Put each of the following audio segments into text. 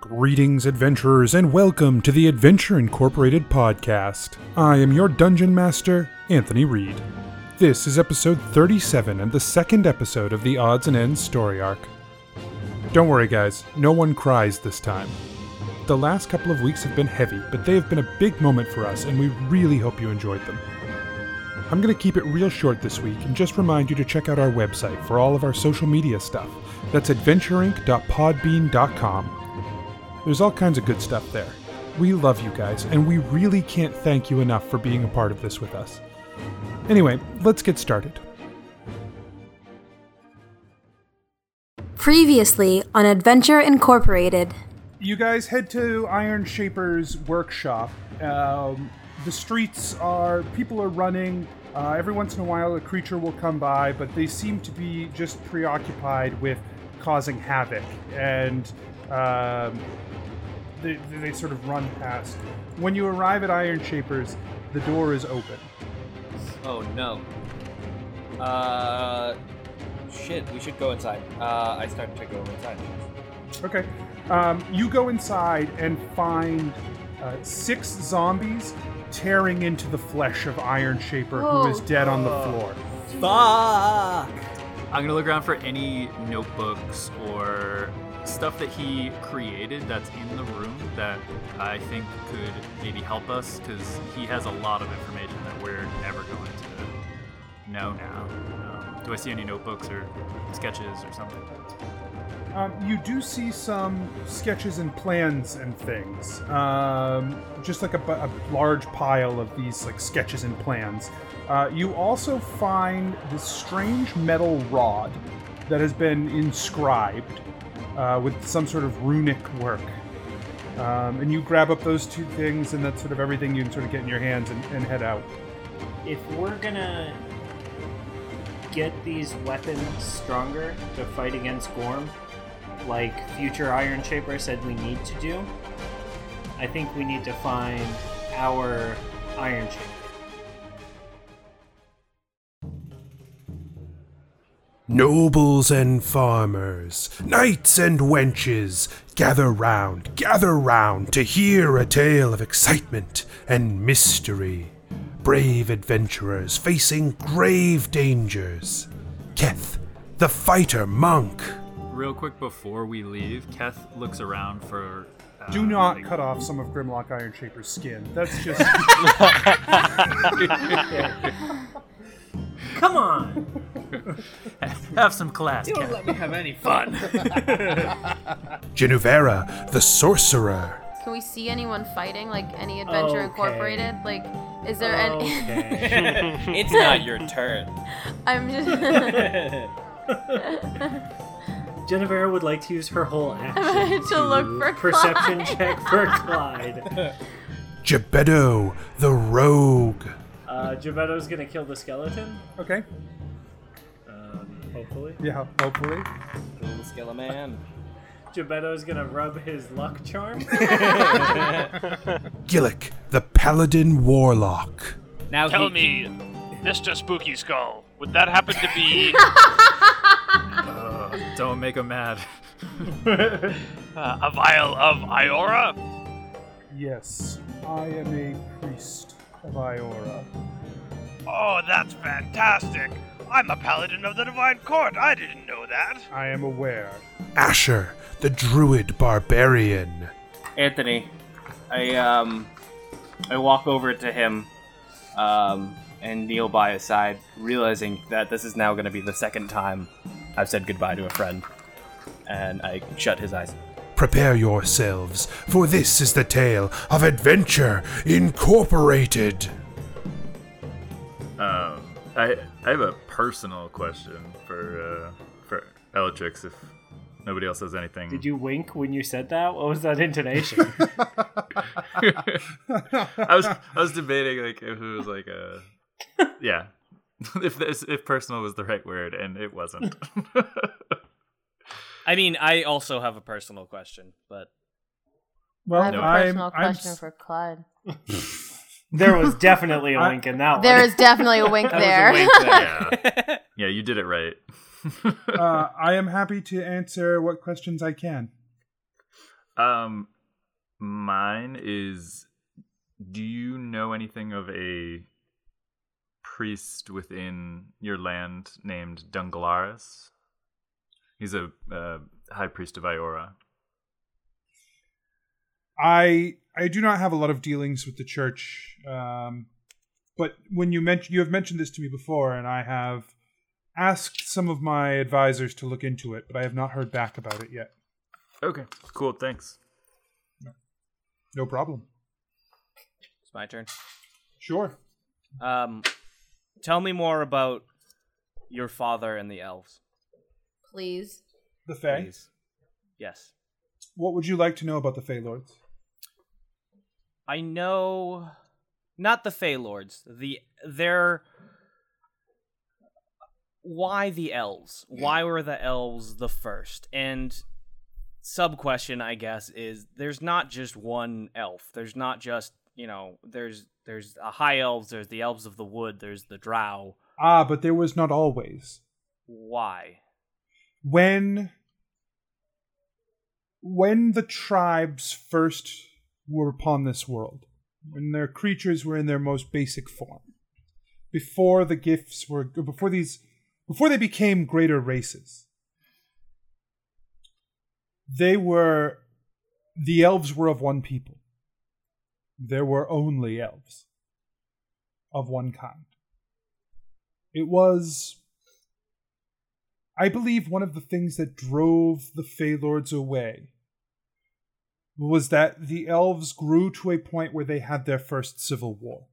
Greetings, adventurers, and welcome to the Adventure Incorporated podcast. I am your dungeon master, Anthony Reed. This is episode 37 and the second episode of the Odds and Ends story arc. Don't worry, guys, no one cries this time. The last couple of weeks have been heavy, but they have been a big moment for us, and we really hope you enjoyed them. I'm going to keep it real short this week and just remind you to check out our website for all of our social media stuff. That's adventureinc.podbean.com. There's all kinds of good stuff there. We love you guys, and we really can't thank you enough for being a part of this with us. Anyway, let's get started. Previously on Adventure Incorporated. You guys head to Iron Shaper's workshop. Um, the streets are, people are running. Uh, every once in a while, a creature will come by, but they seem to be just preoccupied with causing havoc. And um, they, they sort of run past. When you arrive at Iron Shaper's, the door is open. Oh no. Uh, shit. We should go inside. Uh, I start to go inside. Okay. Um, you go inside and find uh, six zombies tearing into the flesh of Iron Shaper, who is Whoa. dead on the floor. Fuck! I'm gonna look around for any notebooks or stuff that he created that's in the room that I think could maybe help us because he has a lot of information that we're never going to know now. Um, do I see any notebooks or sketches or something? Um, you do see some sketches and plans and things. Um, just like a, bu- a large pile of these like sketches and plans. Uh, you also find this strange metal rod that has been inscribed uh, with some sort of runic work. Um, and you grab up those two things, and that's sort of everything you can sort of get in your hands and, and head out. if we're gonna get these weapons stronger to fight against Gorm, like future Iron Shaper said we need to do, I think we need to find our Iron Shaper. Nobles and farmers, knights and wenches, gather round, gather round to hear a tale of excitement and mystery. Brave adventurers facing grave dangers. Keth, the fighter monk. Real quick before we leave, Keth looks around for. Uh, Do not like- cut off some of Grimlock Iron Shaper's skin. That's just. Come on! Have some class, Keth. Let me have any fun. Genuvera, the sorcerer. Can we see anyone fighting, like any Adventure Okay. Oh, Incorporated? Like, is there any? Okay. it's not your turn. I'm just Jennifer would like to use her whole action trying to look for perception Clyde. check for Clyde. Gebedo, the rogue. Uh, Gebetto's gonna kill the skeleton, okay. um, hopefully. Yeah, hopefully. Cool skill of man. Gebetto's gonna rub his luck charm. Gillick, the paladin warlock. Now Tell he, me, Mr. Spooky Skull, would that happen to be? Uh, Don't make him mad. uh, a vial of Iora? Yes, I am a priest of Iora. Oh, that's fantastic! I'm a paladin of the Divine Court. I didn't know that. I am aware. Asher, the druid barbarian. Anthony. I um, I walk over to him, um, and kneel by his side, realizing that this is now going to be the second time I've said goodbye to a friend, and I shut his eyes. Prepare yourselves, for this is the tale of Adventure Incorporated. Um, I I have a personal question for uh, for Elatrix if nobody else has anything. Did you wink when you said that? What was that intonation? I was I was debating like if it was like a yeah if this if personal was the right word and it wasn't. I mean, I also have a personal question, but Well, I have a personal question for Clyde. there was definitely a wink in that There one. is definitely a wink That was a there. wink yeah yeah you did it right. uh, I am happy to answer what questions I can. Um, mine is. Do you know anything of a priest within your land named Dungalaris? He's a uh, high priest of Iora. I I do not have a lot of dealings with the church, um, but when you mention you have mentioned this to me before, and I have asked some of my advisors to look into it, but I have not heard back about it yet. Okay, cool. Thanks. No problem. It's my turn. Sure. Um, tell me more about your father and the elves. Please. The Fae. Please. Yes. What would you like to know about the Fey Lords? I know not the Fey Lords. The their why the elves? Why were the elves the first? And sub question I guess is there's not just one elf. There's not just, you know, there's there's a high elves, there's the elves of the wood, there's the drow. Ah, but there was not always. Why? when when the tribes first were upon this world when their creatures were in their most basic form before the gifts were before these before they became greater races they were the elves were of one people there were only elves of one kind it was I believe one of the things that drove the Fey Lords away was that the elves grew to a point where they had their first civil war.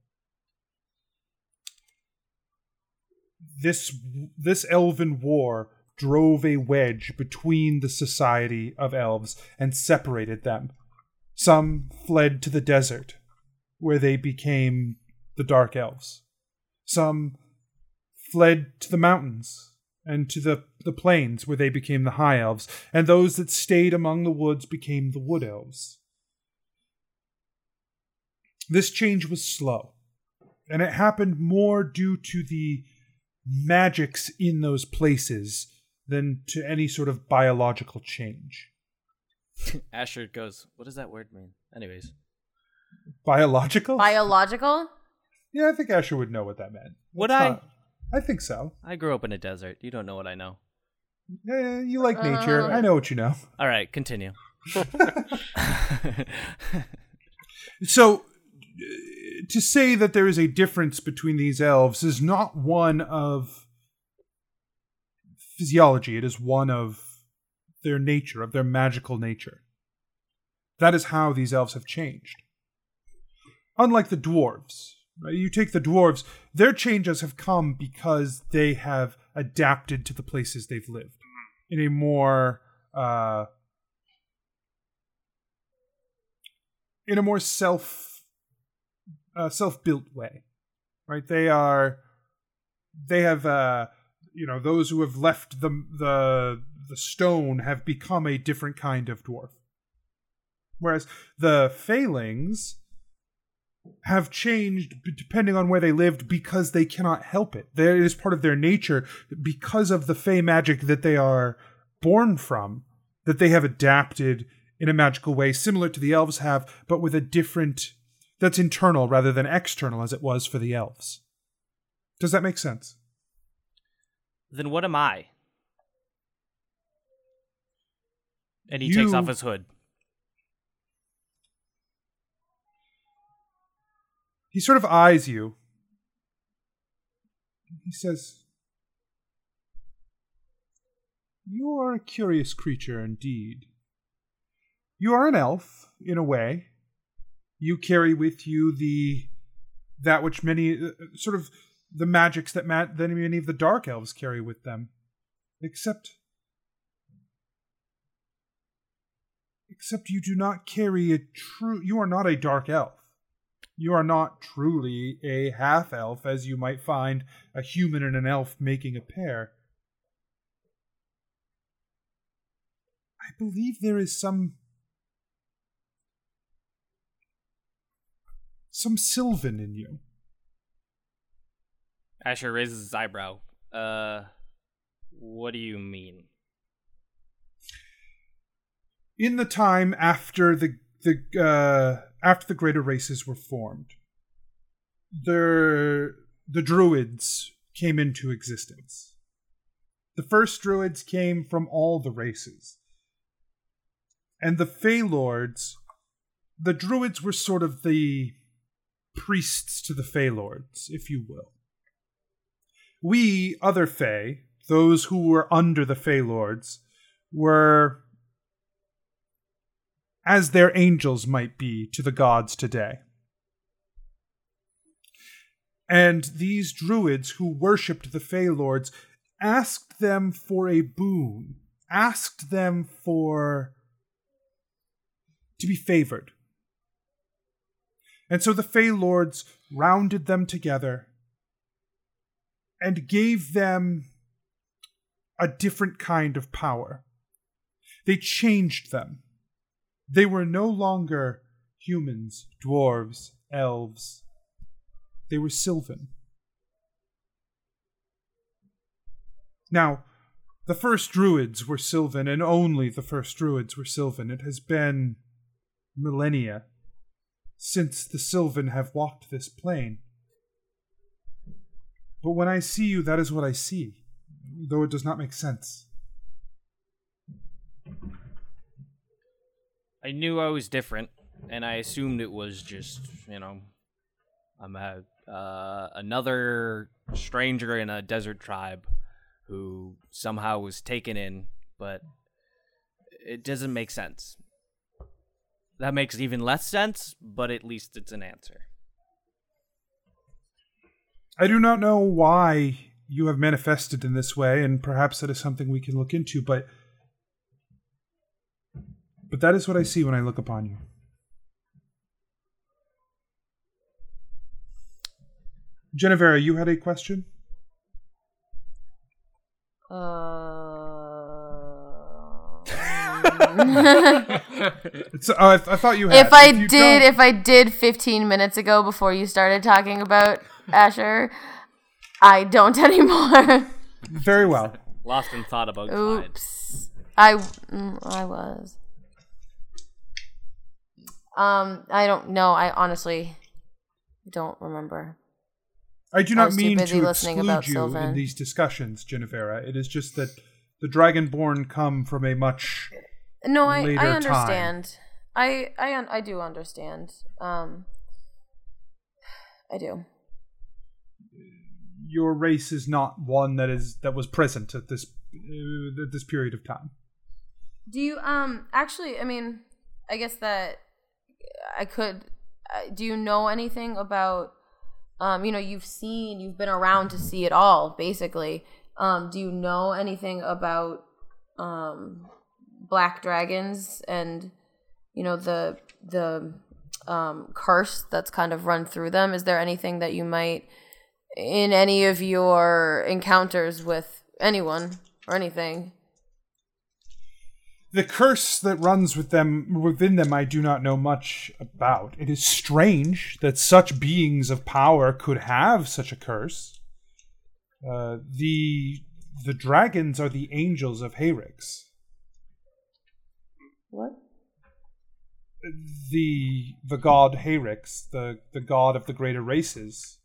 This this elven war drove a wedge between the society of elves and separated them. Some fled to the desert, where they became the dark elves. Some fled to the mountains and to the, the plains where they became the high elves, and those that stayed among the woods became the wood elves. This change was slow, and it happened more due to the magics in those places than to any sort of biological change. Asher goes, What does that word mean? Anyways. Biological? Biological? yeah, I think Asher would know what that meant. Would It's I? not- I think so. I grew up in a desert. You don't know what I know. Yeah, you like nature. I know what you know. All right, continue. So uh, to say that there is a difference between these elves is not one of physiology, it is one of their nature, of their magical nature. That is how these elves have changed. Unlike the dwarves, right? you take the dwarves, their changes have come because they have adapted to the places they've lived in a more uh, in a more self uh, self built way, right? They are they have uh, you know those who have left the the the stone have become a different kind of dwarf, whereas the failings have changed b- depending on where they lived because they cannot help it. There it is part of their nature because of the fey magic that they are born from that they have adapted in a magical way similar to the elves have but with a different that's internal rather than external as it was for the elves. Does that make sense? Then what am I? And he You- takes off his hood. He sort of eyes you. He says, You are a curious creature indeed. You are an elf, in a way. You carry with you the that which many uh, uh, sort of the magics that ma- that many of the dark elves carry with them, except except you do not carry a true. You are not a dark elf you are not truly a half elf as you might find a human and an elf making a pair. I believe there is some some sylvan in you. Asher raises his eyebrow. Uh, what do you mean? in the time after the the uh, after the greater races were formed, the the druids came into existence. The first druids came from all the races, and the Fey Lords, the druids were sort of the priests to the Fey Lords, if you will. We other Fey, those who were under the Fey Lords, were as their angels might be to the gods today. And these druids who worshipped the Fey Lords asked them for a boon, asked them for to be favored. And so the Fey Lords rounded them together and gave them a different kind of power. They changed them they were no longer humans, dwarves, elves. They were Sylvan. Now, the first druids were Sylvan, and only the first druids were Sylvan. It has been millennia since the Sylvan have walked this plain. But when I see you, that is what I see, though it does not make sense. I knew I was different, and I assumed it was just you know, I'm a uh, another stranger in a desert tribe who somehow was taken in, but it doesn't make sense. That makes even less sense, but at least it's an answer. I do not know why you have manifested in this way, and perhaps that is something we can look into, but but that is what I see when I look upon you. Genevera, you had a question? Uh, It's, oh, I, I thought you had. if I you did, don't- if I did 15 minutes ago before you started talking about Asher, I don't anymore. Very well. Lost in thought about Clyde. Oops. I mm, I was. Um, I don't know. I honestly don't remember. I do I not was too mean busy to listening exclude about you in Sylvan. these discussions, Genevera. It is just that the Dragonborn come from a much No, I later I time. understand. I I un- I do understand. Um, I do. Your race is not one that is that was present at this uh, at this period of time. Do you um actually? I mean, I guess that I could. I- Do you know anything about? Um, you know, you've seen, you've been around to see it all, basically. Um, do you know anything about um, black dragons and you know the the um, curse that's kind of run through them? Is there anything that you might in any of your encounters with anyone or anything? The curse that runs with them within them I do not know much about. It is strange that such beings of power could have such a curse. Uh, the the dragons are the angels of Hayrix. What? The the god Hayrix, the, the god of the greater races.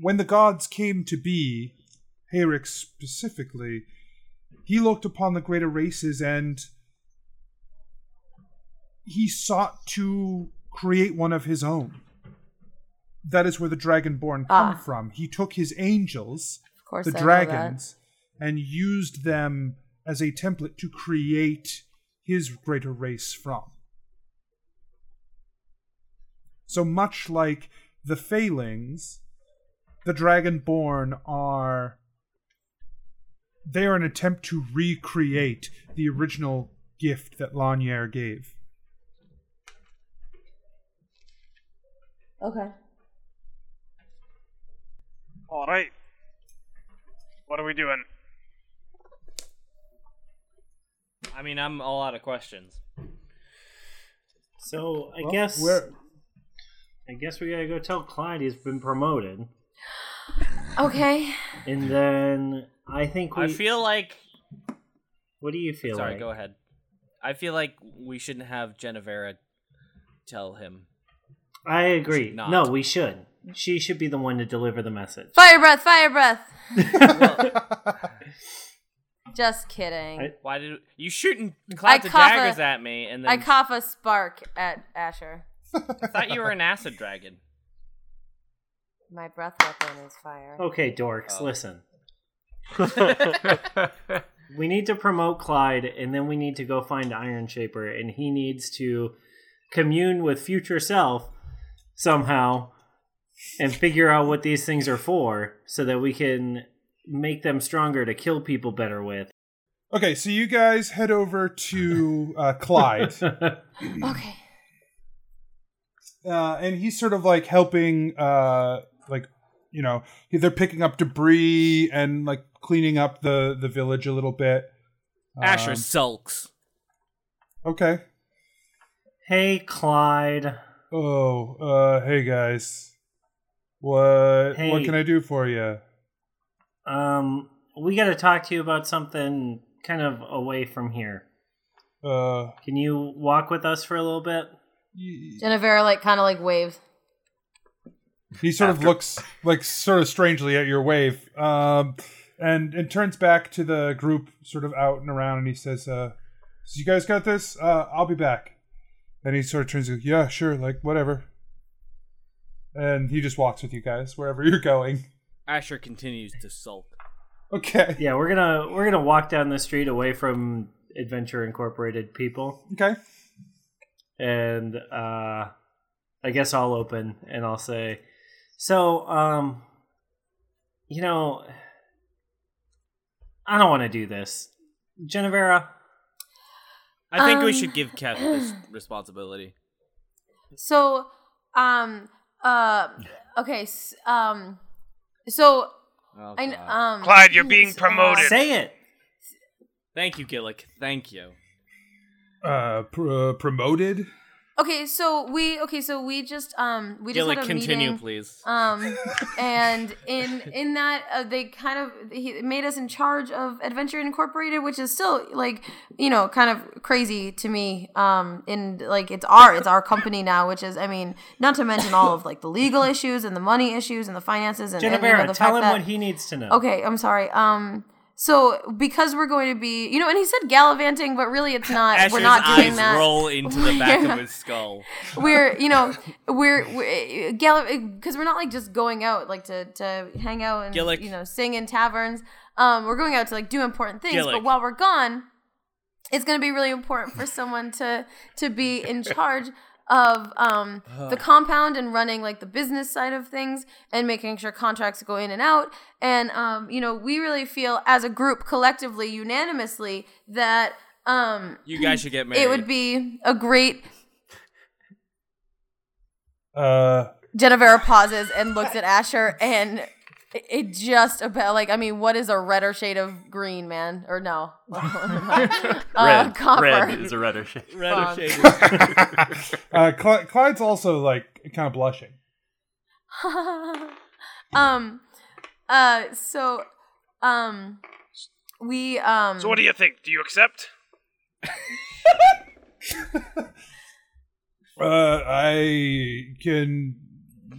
When the gods came to be, Hayrix specifically, he looked upon the greater races and he sought to create one of his own. That is where the dragonborn come Ah. from. He took his angels, course the I know that. dragons, and used them as a template to create his greater race from. So much like the Failings, the Dragonborn are they are an attempt to recreate the original gift that Lanier gave. Okay. All right. What are we doing? I mean, I'm all out of questions. So I Well, guess we're- I guess we gotta go tell Clyde he's been promoted, Okay. and then I think we. I feel like What do you feel Sorry, like? go ahead. I feel like we shouldn't have Genevera tell him. I agree. Should not. No, we should. She should be the one to deliver the message. Fire breath, fire breath. Just kidding. I- Why did you shooting clouds of cough a- daggers at me? And then I cough a spark at Asher. I thought you were an acid dragon. My breath weapon is fire. Okay, dorks, Oh. listen. we need to promote Clyde, and then we need to go find Iron Shaper, and he needs to commune with future self somehow and figure out what these things are for so that we can make them stronger to kill people better with. Okay, so you guys head over to uh, Clyde, Okay. uh, and he's sort of like helping, uh, like you know, he- they're picking up debris and like cleaning up the the village a little bit. Asher Um, sulks. okay. hey, Clyde. Oh, uh, hey guys, what Hey. what can I do for you? Um, we got to talk to you about something kind of away from here. Uh, y- Can you walk with us for a little bit? Genevera like kind of like waves. he sort of looks like sort of strangely at your wave, um, and and turns back to the group, sort of out and around, and he says, "Uh, so you guys got this? Uh, I'll be back." And he sort of turns, and goes, "Yeah, sure, like whatever." And he just walks with you guys wherever you're going. Asher continues to sulk. Okay, Yeah, we're gonna we're gonna walk down the street away from Adventure Incorporated people, okay, and uh, I guess I'll open and I'll say, so um, you know, I don't want to do this, Genevera. I think we Um, should give Kev this responsibility. So, um, uh, okay, s- um, so Oh, I God. um. Clyde, you're being s- uh, promoted. Say it. Thank you, Gillick. Thank you. uh, pr- uh promoted. Okay, so we okay, so we just um we just Gillick, had a continue, meeting. please. Um, and in in that uh, they kind of he made us in charge of Adventure Incorporated, which is still like you know kind of crazy to me. Um, in like it's our it's our company now, which is I mean not to mention all of like the legal issues and the money issues and the finances and, and, you know, Genevera, the tell fact him that, what he needs to know. Okay, I'm sorry. Um, so because we're going to be, you know, and he said gallivanting, but really it's not. Asher's we're not doing eyes that. roll into the back of his skull. We're, you know, we're, we're because we're not like just going out like to to hang out and Gillick. you know sing in taverns. Um, we're going out to like do important things, Gillick. but while we're gone, it's going to be really important for someone to to be in charge of um, the compound and running like the business side of things and making sure contracts go in and out and um, you know we really feel as a group collectively unanimously that um, You guys should get married. it would be a great Uh, Genevera pauses and looks at Asher and it- it just about like I mean what is a redder shade of green man or no uh, red, copper red is a redder shade. Red Fuck. shade. uh, Cl- Clyde's also like kind of blushing. um uh so um we um So what do you think? Do you accept? Uh, I can,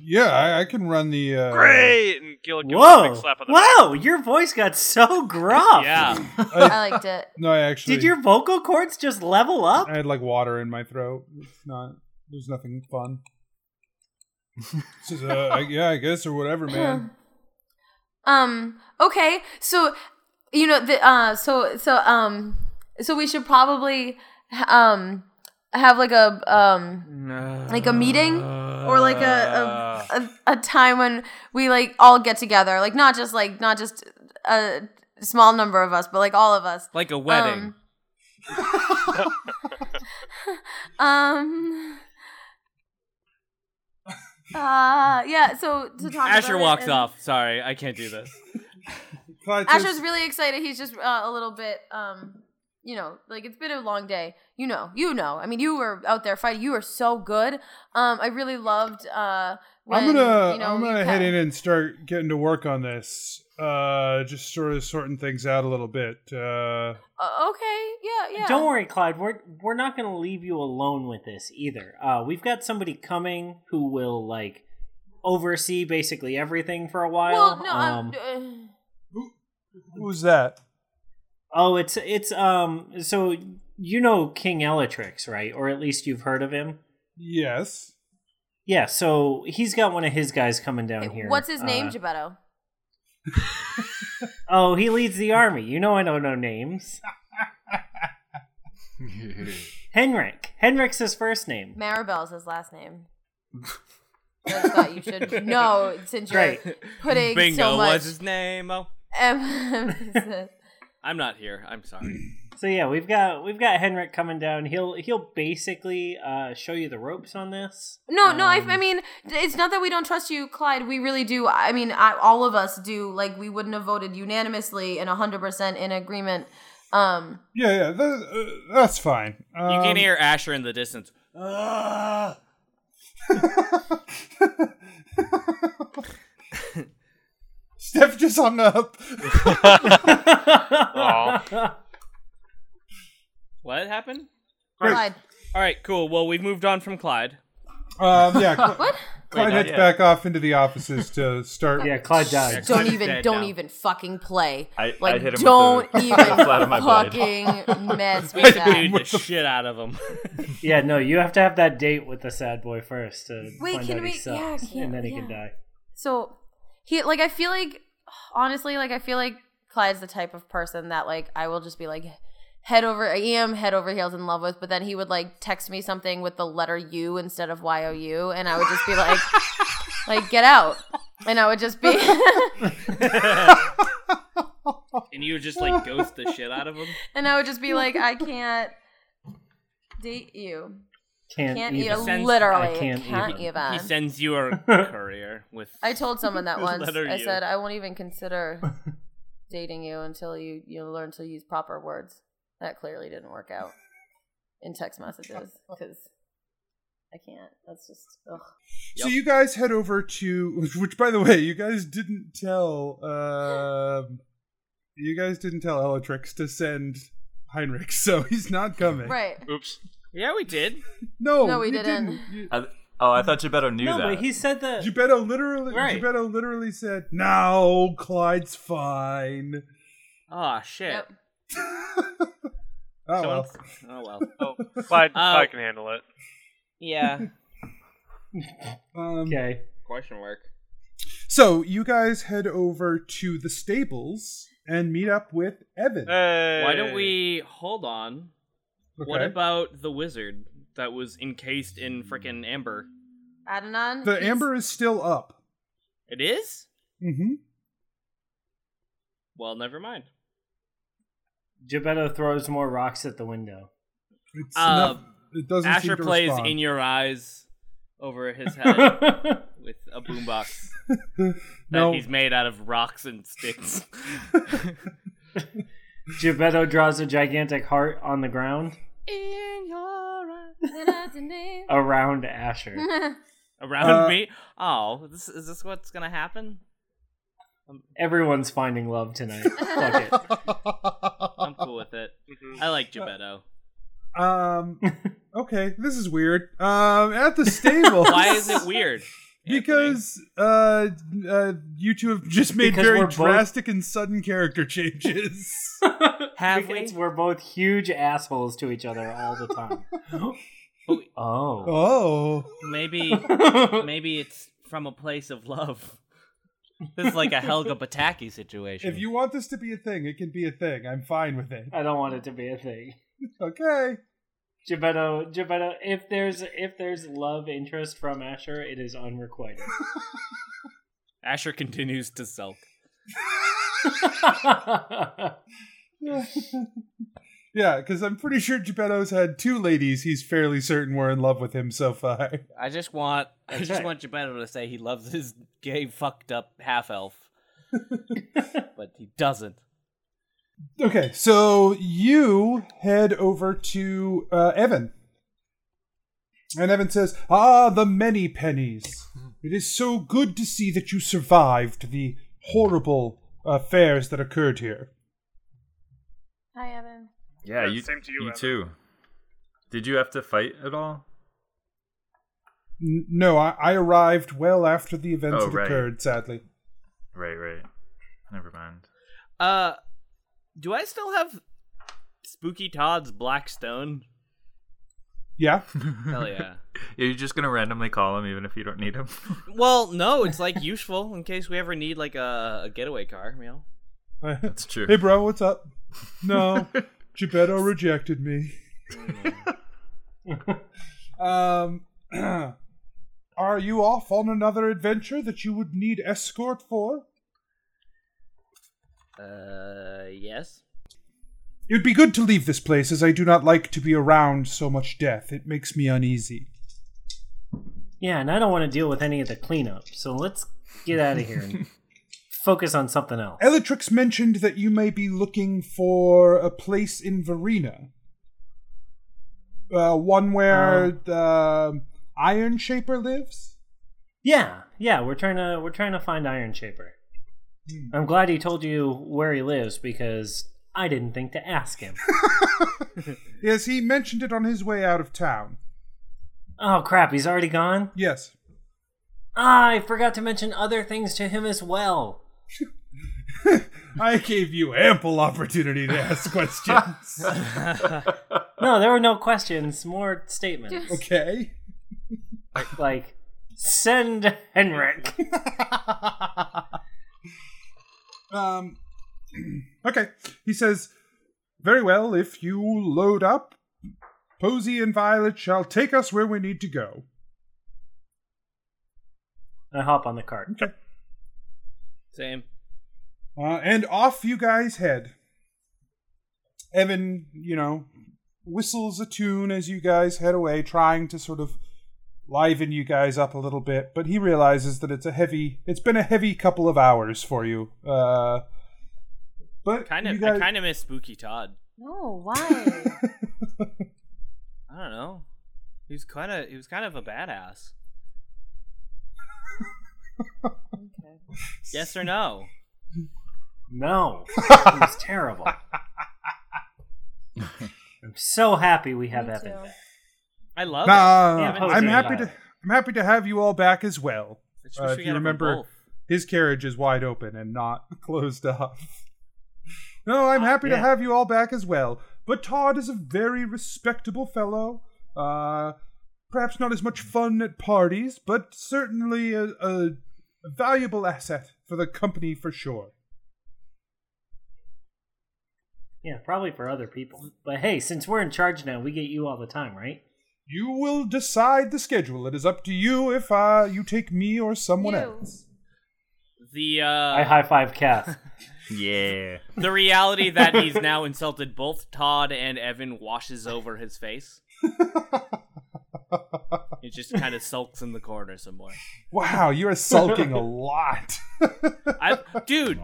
yeah, I, I can run the. Uh, Great! And Gil gives him a Whoa! big slap on the back. Whoa! Your voice got so gruff. yeah. I, I liked it no, I actually Did your vocal cords just level up? I had like water in my throat. It's not. There's nothing fun. It's just, uh, I, yeah, I guess or whatever, man. um okay so you know the uh so so um so we should probably um have like a um like a meeting or like a a, a a time when we like all get together like not just like not just a small number of us but like all of us like a wedding. um uh yeah so to talk Asher about it walks and- off. Sorry, I can't do this. Clyde says- Asher's really excited he's just uh, a little bit um you know, like it's been a long day. You know, you know. I mean, you were out there fighting. You were so good. Um, I really loved. Uh, when, I'm gonna you know, I'm you gonna ca- head in and start getting to work on this. Uh, just sort of sorting things out a little bit. Uh, Uh, okay. Yeah. Yeah. Don't worry, Clyde. We're we're not going to leave you alone with this either. Uh, we've got somebody coming who will like oversee basically everything for a while. Well, no. um, I'm, uh, who's that? oh, it's it's um. So you know King Elatrix, right? Or at least you've heard of him. Yes. Yeah. So he's got one of his guys coming down Okay, here. What's his name, Uh, Gebetto? oh, he leads the army. You know I don't know names. Henrik. Henrik's his first name. Maribel's his last name. I just thought you should know since you're Great. putting Bingo, so much. what's his name? Oh, emphasis- I'm not here. I'm sorry. So yeah, we've got we've got Henrik coming down. He'll he'll basically uh, show you the ropes on this. No, no. I, Um, I mean, it's not that we don't trust you, Clyde. We really do. I mean, I, all of us do. Like, we wouldn't have voted unanimously and 100% in agreement. Um, Yeah, yeah. That, uh, that's fine. Um, you can hear Asher in the distance. Steph just hung up. What happened? Great. Clyde. All right, cool. Well, we've moved on from Clyde. Um, yeah. Cl- What? Clyde not heads yet. back off into the offices to start. yeah, Clyde died. Don't Clyde's even, dead don't now. even fucking play. I- like, I hit him with don't the- even the flat of my blade. fucking mess We with that. sued the shit out of him. Yeah, no, you have to have that date with the sad boy first to Wait, find can out we- he sucks, yeah, and then he yeah. can die. So he like I feel like honestly like I feel like Clyde's the type of person that like I will just be like head over I am head over heels in love with, but then he would like text me something with the letter U instead of Y O U, and I would just be like like get out, and I would just be and you would just like ghost the shit out of him. and I would just be like I can't date you, Can't, can't even. even Sends- literally I can't, can't can't even. even. He sends you a courier with. I told someone that Just once. let her I you. said uh, I won't even consider dating you until you you learn to use proper words. That clearly didn't work out in text messages because I can't. That's just ugh. So you guys head over to which, which by the way, you guys didn't tell. um you guys didn't tell Elatrix to send Heinrich, so he's not coming. right. Oops. Yeah, we did. No, No, we you didn't. You- I, oh, I thought Gebetto knew No, that. but he said that. Geppetto literally, Right. Geppetto literally said, "No, Clyde's fine." Oh shit. Yep. Oh, Someone- well. oh well. Oh, Clyde, Uh, Clyde can handle it. Yeah. Um, Okay. Question mark. So you guys head over to the stables and meet up with Evan. Uh, Hey. Why don't we hold on? What Okay. about the wizard that was encased in frickin' amber? Adenon. the he's- amber is still up. It is? Mm-hmm. Well, never mind. Gebetto throws more rocks at the window. It's Uh, not- it doesn't. Asher seem to plays respond. in your eyes over his head with a boombox No. that he's made out of rocks and sticks. Gebetto draws a gigantic heart on the ground in your eyes. Uh, around Asher. Around Uh, me? Oh, this, is this what's gonna happen? Everyone's finding love tonight. Fuck it. I'm cool with it. I like Gebetto. Um. Okay, this is weird. Um, at the stables. Why is it weird? Anthony? Because uh, uh, you two have just made Because very we're both- drastic and sudden character changes. Have Because we? we're both huge assholes to each other all the time. oh. oh, maybe maybe it's from a place of love. This is like a Helga Pataki situation. if you want this to be a thing, it can be a thing. I'm fine with it. I don't want it to be a thing. Okay. Gebetto, Gebetto, if there's if there's love interest from Asher, it is unrequited. Asher continues to sulk. yeah, because I'm pretty sure Geppetto's had two ladies he's fairly certain were in love with him so far. I just want I just Okay. want Gebetto to say he loves his gay fucked up half elf. but he doesn't. Okay, so you head over to uh, Evan. And Evan says, Ah, the many pennies. It is so good to see that you survived the horrible affairs that occurred here. Hi, Evan. Yeah, Yeah, you, same to you, you Evan. too. Did you have to fight at all? N- no, I, I arrived well after the events Oh, that right. occurred, sadly. Right, right. Never mind. Uh, do I still have Spooky Todd's black stone? Yeah? Hell yeah. You're just gonna randomly call him even if you don't need him. well, no, it's like useful in case we ever need like a, a getaway car. You know. That's true. hey, bro, what's up? No, Geppetto rejected me. um, are you off on another adventure that you would need escort for? Uh, yes. It would be good to leave this place, as I do not like to be around so much death. It makes me uneasy. Yeah, and I don't want to deal with any of the cleanup, so let's get out of here and focus on something else. Elatrix mentioned that you may be looking for a place in Verena. Uh, one where the Iron Shaper lives? Yeah, yeah, we're trying to we're trying to find Iron Shaper. I'm glad he told you where he lives because I didn't think to ask him. Yes, he mentioned it on his way out of town. oh crap, he's already gone. Yes. Ah, I forgot to mention other things to him as well. I gave you ample opportunity to ask questions. No, there were no questions, more statements. okay. like send Henrik. Um, okay. He says, Very well, if you load up, Posey and Violet shall take us where we need to go. I hop on the cart. Okay. Same. Uh, and off you guys head. Evan, you know, whistles a tune as you guys head away, trying to sort of liven you guys up a little bit, but he realizes that it's a heavy, it's been a heavy couple of hours for you. Uh, but Kind you of. guys, I kind of miss Spooky Todd. No, why? I don't know. He was kind of. He was kind of a badass. Yes or no? No, it was terrible. I'm so happy we have Me Evan. too. I love Nah, it. Yeah, I'm Posey. happy to, I'm happy to have you all back as well. I just Uh, wish if we you got him on remember, both. his carriage is wide open and not closed up. No, I'm happy to yeah. have you all back as well. But Todd is a very respectable fellow. Uh, perhaps not as much fun at parties, but certainly a, a valuable asset for the company for sure. Yeah, probably for other people. But hey, since we're in charge now, we get you all the time, right? You will decide the schedule. It is up to you if uh, you take me or someone You. Um, else. the I uh, high five Kath. yeah. the reality that he's now insulted both Todd and Evan washes over his face. It just kind of sulks in the corner some more. wow, you're sulking a lot. I, dude,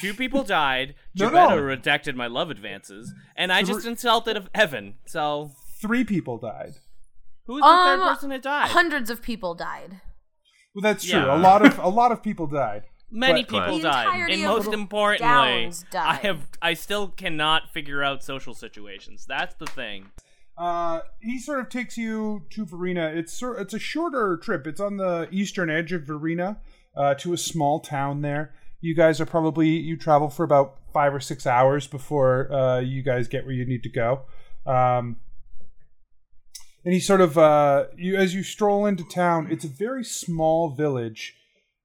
two people died. No, Geppetto no. redacted my love advances, and I just insulted of Evan. So Three people died. who's the third Um, person that died? Hundreds of people died. Well, that's true. Yeah. A lot of a lot of people died. Many But- people The died, entirety and of most the importantly, Downs I died. have I still cannot figure out social situations. That's the thing. Uh, he sort of takes you to Verena. It's sor- it's a shorter trip. It's on the eastern edge of Verena, uh, to a small town there. You guys are probably you travel for about five or six hours before uh, you guys get where you need to go. Um, and he sort of uh, you as you stroll into town. It's a very small village,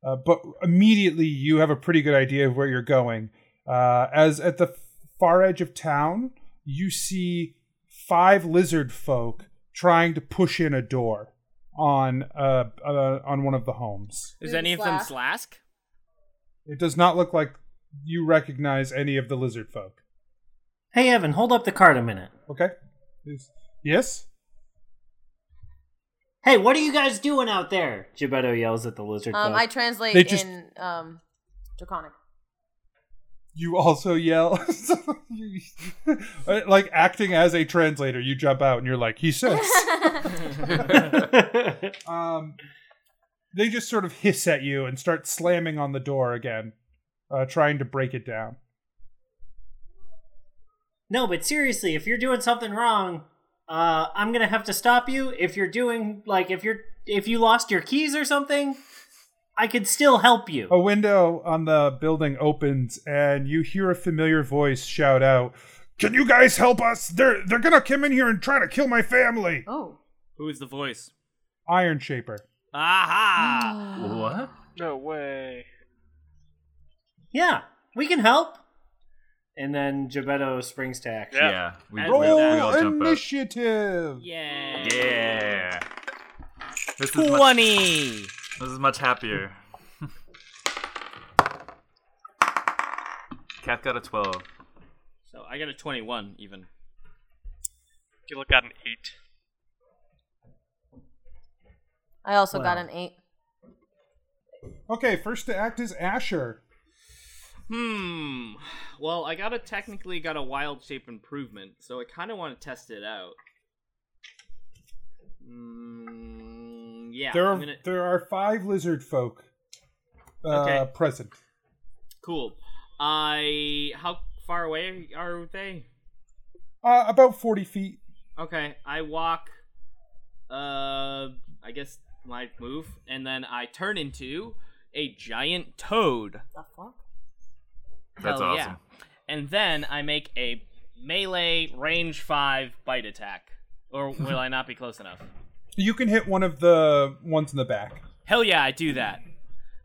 uh, but immediately you have a pretty good idea of where you're going. Uh, as at the far edge of town, you see five lizard folk trying to push in a door on uh, uh on one of the homes. Is Who's any of them Slask? It does not look like you recognize any of the lizard folk. hey, Evan, hold up the cart a minute. Okay. Is- Yes. Hey, what are you guys doing out there? Geppetto yells at the lizard. Um, folk. I translate They just- in um, Draconic. you also yell You- like acting as a translator you jump out and you're like he says um, they just sort of hiss at you and start slamming on the door again uh, trying to break it down No, but seriously, if you're doing something wrong, uh, I'm gonna have to stop you. If you're doing like if you're if you lost your keys or something, I could still help you. a window on the building opens and you hear a familiar voice shout out can you guys help us they're they're gonna come in here and try to kill my family Oh. Who is the voice? iron shaper Aha! Ah. What? No way. Yeah, we can help. And then Gebetto springs to action. Yeah. Yeah. We, As we- we all roll jump out. initiative Yeah. Yeah. This is, much, Twenty. this is much happier. Kath got a 12. So I got a twenty-one even. You look at an eight. I also got an eight. okay first to act is asher Hmm. Well, I got a technically got a wild shape improvement, so I kind of want to test it out. Mm, yeah. there are I'm gonna- there are five lizard folk uh, Okay. present. cool. I. How far away are they? Uh, about forty feet. Okay, I walk. Uh, I guess my move, and then I turn into a giant toad. The fuck? That's Hell awesome. And then I make a melee range five bite attack. Or will I not be close enough? You can hit one of the ones in the back. Hell yeah, I do that.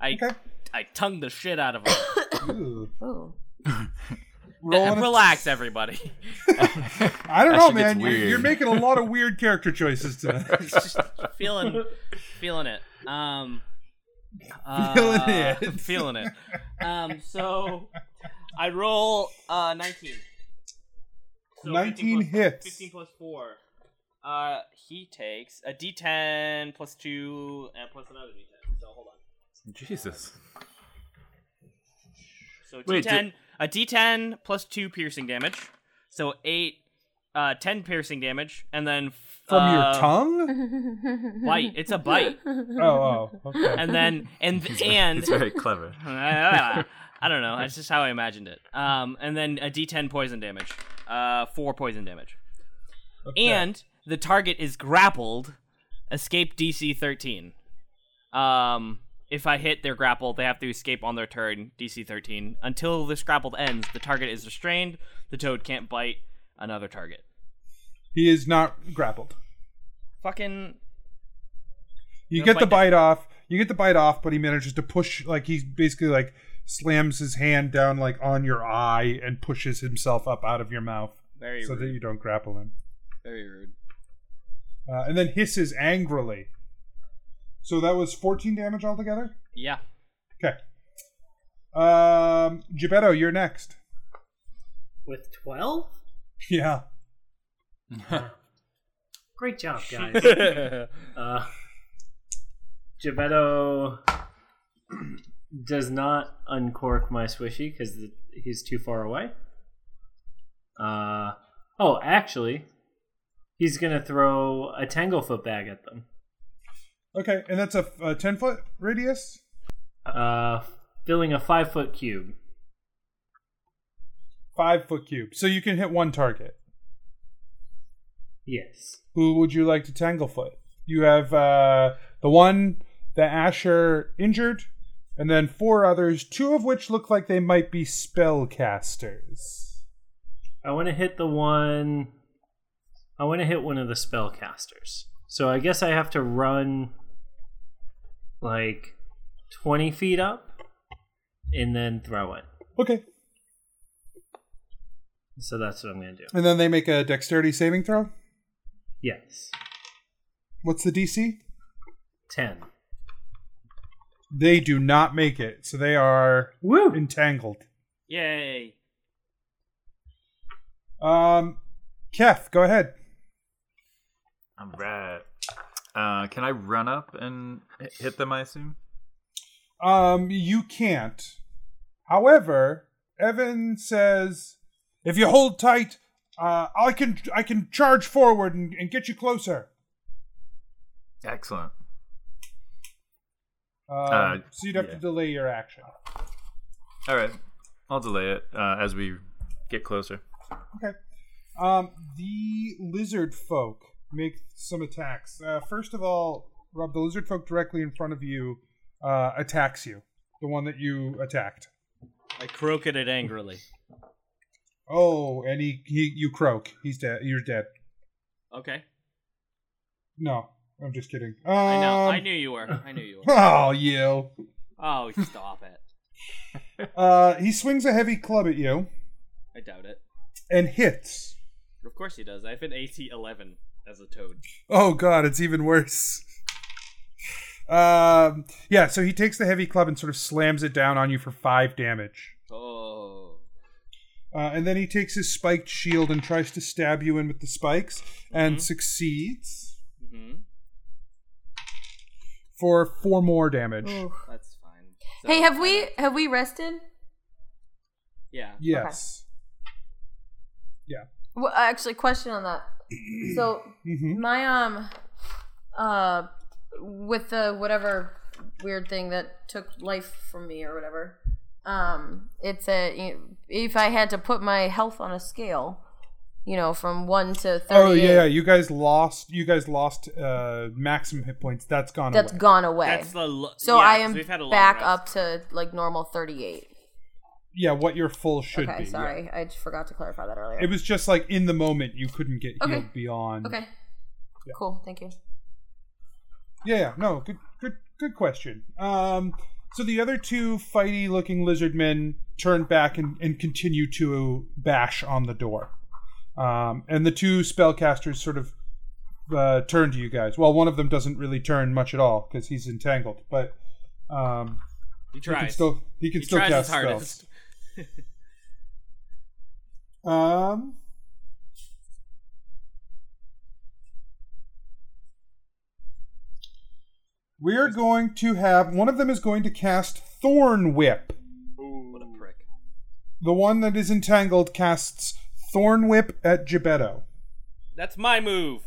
I Okay. I tongue the shit out of him. Ooh. Ooh. Roll on a- Uh, Relax, everybody. I don't That know, shit gets man. You're, weird. you're making a lot of weird character choices tonight. feeling, feeling it. Um, uh, Feeling it. Feeling it. Um, so I roll uh 19. 19 15 plus- hits. 15 plus four. Uh, he takes a D10 plus two and plus another D10. So hold on. Jesus. So D10, Wait, did- a D10 plus two piercing damage. So eight, uh, ten piercing damage, and then f- From uh, your tongue? bite. It's a bite, Oh, oh, okay. and then and and It's very clever. I don't know. That's just how I imagined it. Um, and then a D10 poison damage, uh, four poison damage, Okay. and the target is grappled. Escape DC 13. Um, if I hit their grapple, they have to escape on their turn. DC 13. Until this grappled ends, the target is restrained. The toad can't bite another target. he is not grappled. Fucking You get Gonna the bite bite off. You get the bite off, but he manages to push. Like he basically like slams his hand down like on your eye and pushes himself up out of your mouth very so rude. that you don't grapple him. Very rude. uh, and then hisses angrily. So that was 14 damage altogether. Yeah. Okay. Um, Gebetto, you're next. With twelve? Yeah. Great job, guys. uh, Gebetto does not uncork my swishy because he's too far away. Uh, oh, actually, he's going to throw a Tanglefoot bag at them. Okay, and that's a, a 10 foot radius. Uh, filling a five foot cube. Five foot cube. So you can hit one target. Yes. Who would you like to tangle foot? You have uh, the one that Asher injured, and then four others, two of which look like they might be spellcasters. I want to hit the one. I want to hit one of the spellcasters. So I guess I have to run like 20 feet up and then throw it. Okay. So that's what I'm going to do. And then they make a dexterity saving throw. Yes. What's the DC? 10. They do not make it, so they are Woo! entangled. Yay. Um, Kef, go ahead. All right. Uh, can I run up and h- hit them? I assume. Um, you can't. However, Evan says, "If you hold tight, uh, I can I can charge forward and, and get you closer." Excellent. Um, Uh, so you'd have to yeah. delay your action. All right, I'll delay it uh, as we get closer. Okay. Um, the lizard folk make some attacks. Uh, first of all, Rob, the lizard folk directly in front of you uh, attacks you. The one that you attacked. I croaked it angrily. Oh, and he, he you croak. He's dead. You're dead. Okay. No, I'm just kidding. I know. I Um, knew you were. I knew you were. Oh, you. Oh, stop it. Uh, he swings a heavy club at you I doubt it. and hits. Of course he does. I have an AC 11 as a toad. Oh god, it's even worse. Um, yeah, so he takes the heavy club and sort of slams it down on you for five damage. Oh. Uh, and then he takes his spiked shield and tries to stab you in with the spikes Mm-hmm. and succeeds hmm for four more damage. Oh, That's fine. So, Hey, have we have we rested? Yeah. Yes. Well, actually, question on that. So Mhm. my um uh with the whatever weird thing that took life from me or whatever. Um, it's a you- if I had to put my health on a scale, you know, from one to thirty. Oh yeah, you guys lost. You guys lost uh, maximum hit points. That's gone. that's away. gone away. That's the lo- so yeah, I 'cause am we've had a long back rest. up to like normal thirty-eight. Yeah, what your full should okay, be. yeah. sorry, I just forgot to clarify that earlier. It was just like in the moment you couldn't get Okay. healed beyond. okay. Cool, thank you. Yeah, yeah, no, good, good, good question. Um, so the other two fighty-looking lizard men turn back and, and continue to bash on the door, um, and the two spellcasters sort of uh, turn to you guys. Well, one of them doesn't really turn much at all because he's entangled, but um, He he can tries. still he can He still tries cast his spells. hardest. Um. We are going to have one of them is going to cast Thorn Whip. What a prick. The one that is entangled casts Thorn Whip at Gebetto. That's my move.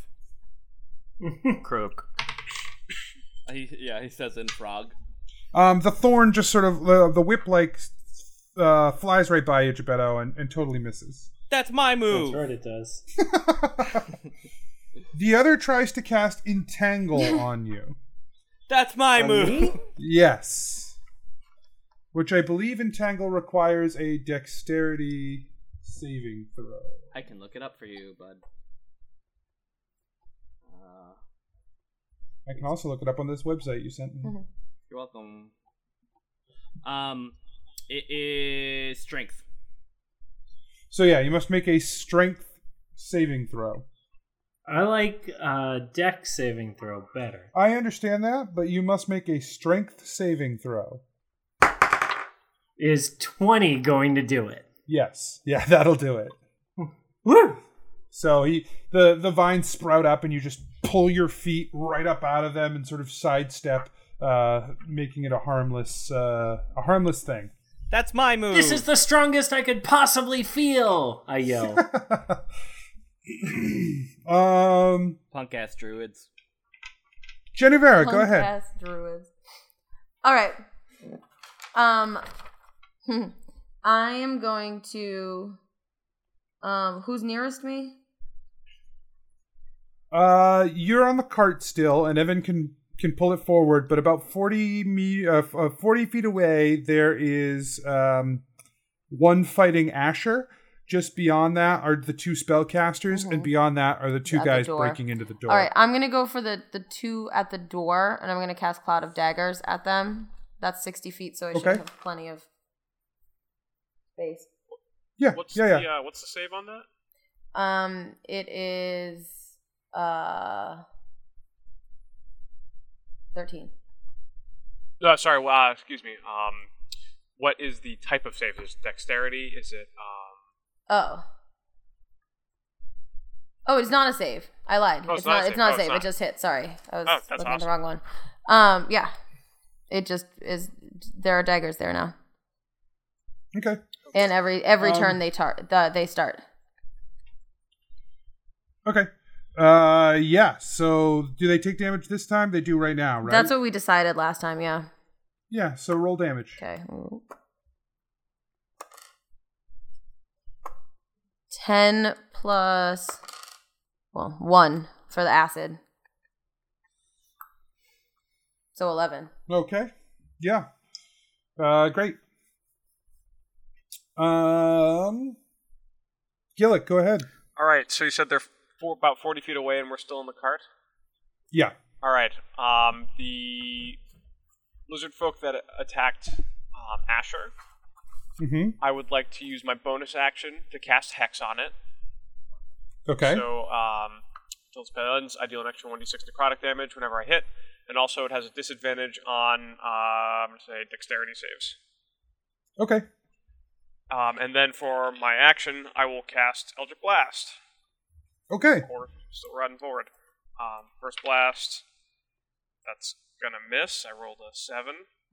Croak. Uh, He, yeah, he says in frog. Um, the thorn just sort of the the whip like uh, flies right by you, Gebetto, and, and totally misses. That's my move. That's right, it does. The other tries to cast Entangle on you. That's my move. Yes. Which I believe Entangle requires a dexterity saving throw. I can look it up for you, bud. Uh, I can also look it up on this website you sent me. you're welcome. Um, it is strength. So yeah, you must make a strength saving throw. I like uh, deck saving throw better. I understand that, but you must make a strength saving throw. Is 20 going to do it? Yes. Yeah, that'll do it. Woo! So he the the vines sprout up and you just pull your feet right up out of them and sort of sidestep uh making it a harmless uh a harmless thing. That's my move. This is the strongest I could possibly feel! I yell. um punk ass druids. Genevera, go Punk ahead. ass druids. All right. Um, I am going to. Um, who's nearest me? Uh, you're on the cart still, and Evan can can pull it forward. But about forty me uh, f- uh, forty feet away, there is um, one fighting Asher. Just beyond that are the two spellcasters, and beyond that are the two Mm-hmm. At the guys door. breaking into the door. All right, I'm gonna go for the the two at the door, and I'm gonna cast cloud of daggers at them. That's 60 feet, so I should Okay. have plenty of space. Yeah, What's yeah, yeah. the uh, what's the save on that? Um, it is uh 13. No, sorry. Well, uh, excuse me. Um, what is the type of save? Is it dexterity? Is it um? Oh. Oh, it's not a save. I lied. Oh, it's, not. It's not a Oh, save. it's It just hit. Sorry, I was Oh, that's looking at the awesome. wrong one. Um, yeah. It just is. There are daggers there now. uh, Okay. And every every Um, turn they tar- the, they start. Okay. Uh, yeah. So, do they take damage this time? They do right now, right? That's what we decided last time. Yeah. Yeah. So roll damage. Okay. Ten plus, well, one for the acid. So eleven. Okay. Yeah. Uh, great. Um, Gillick, go ahead. All right. So you said they're four, about forty feet away, and we're still in the cart. Yeah. All right. Um, the lizard folk that attacked um, Asher. Mm-hmm. I would like to use my bonus action to cast Hex on it. Okay. So, um, until spell ends, I deal an extra 1d6 necrotic damage whenever I hit, and also it has a disadvantage on, um, say, dexterity saves. Okay. Um, and then for my action, I will cast Eldritch Blast. Okay. Or still riding forward. Um, first blast, that's gonna miss. I rolled a 7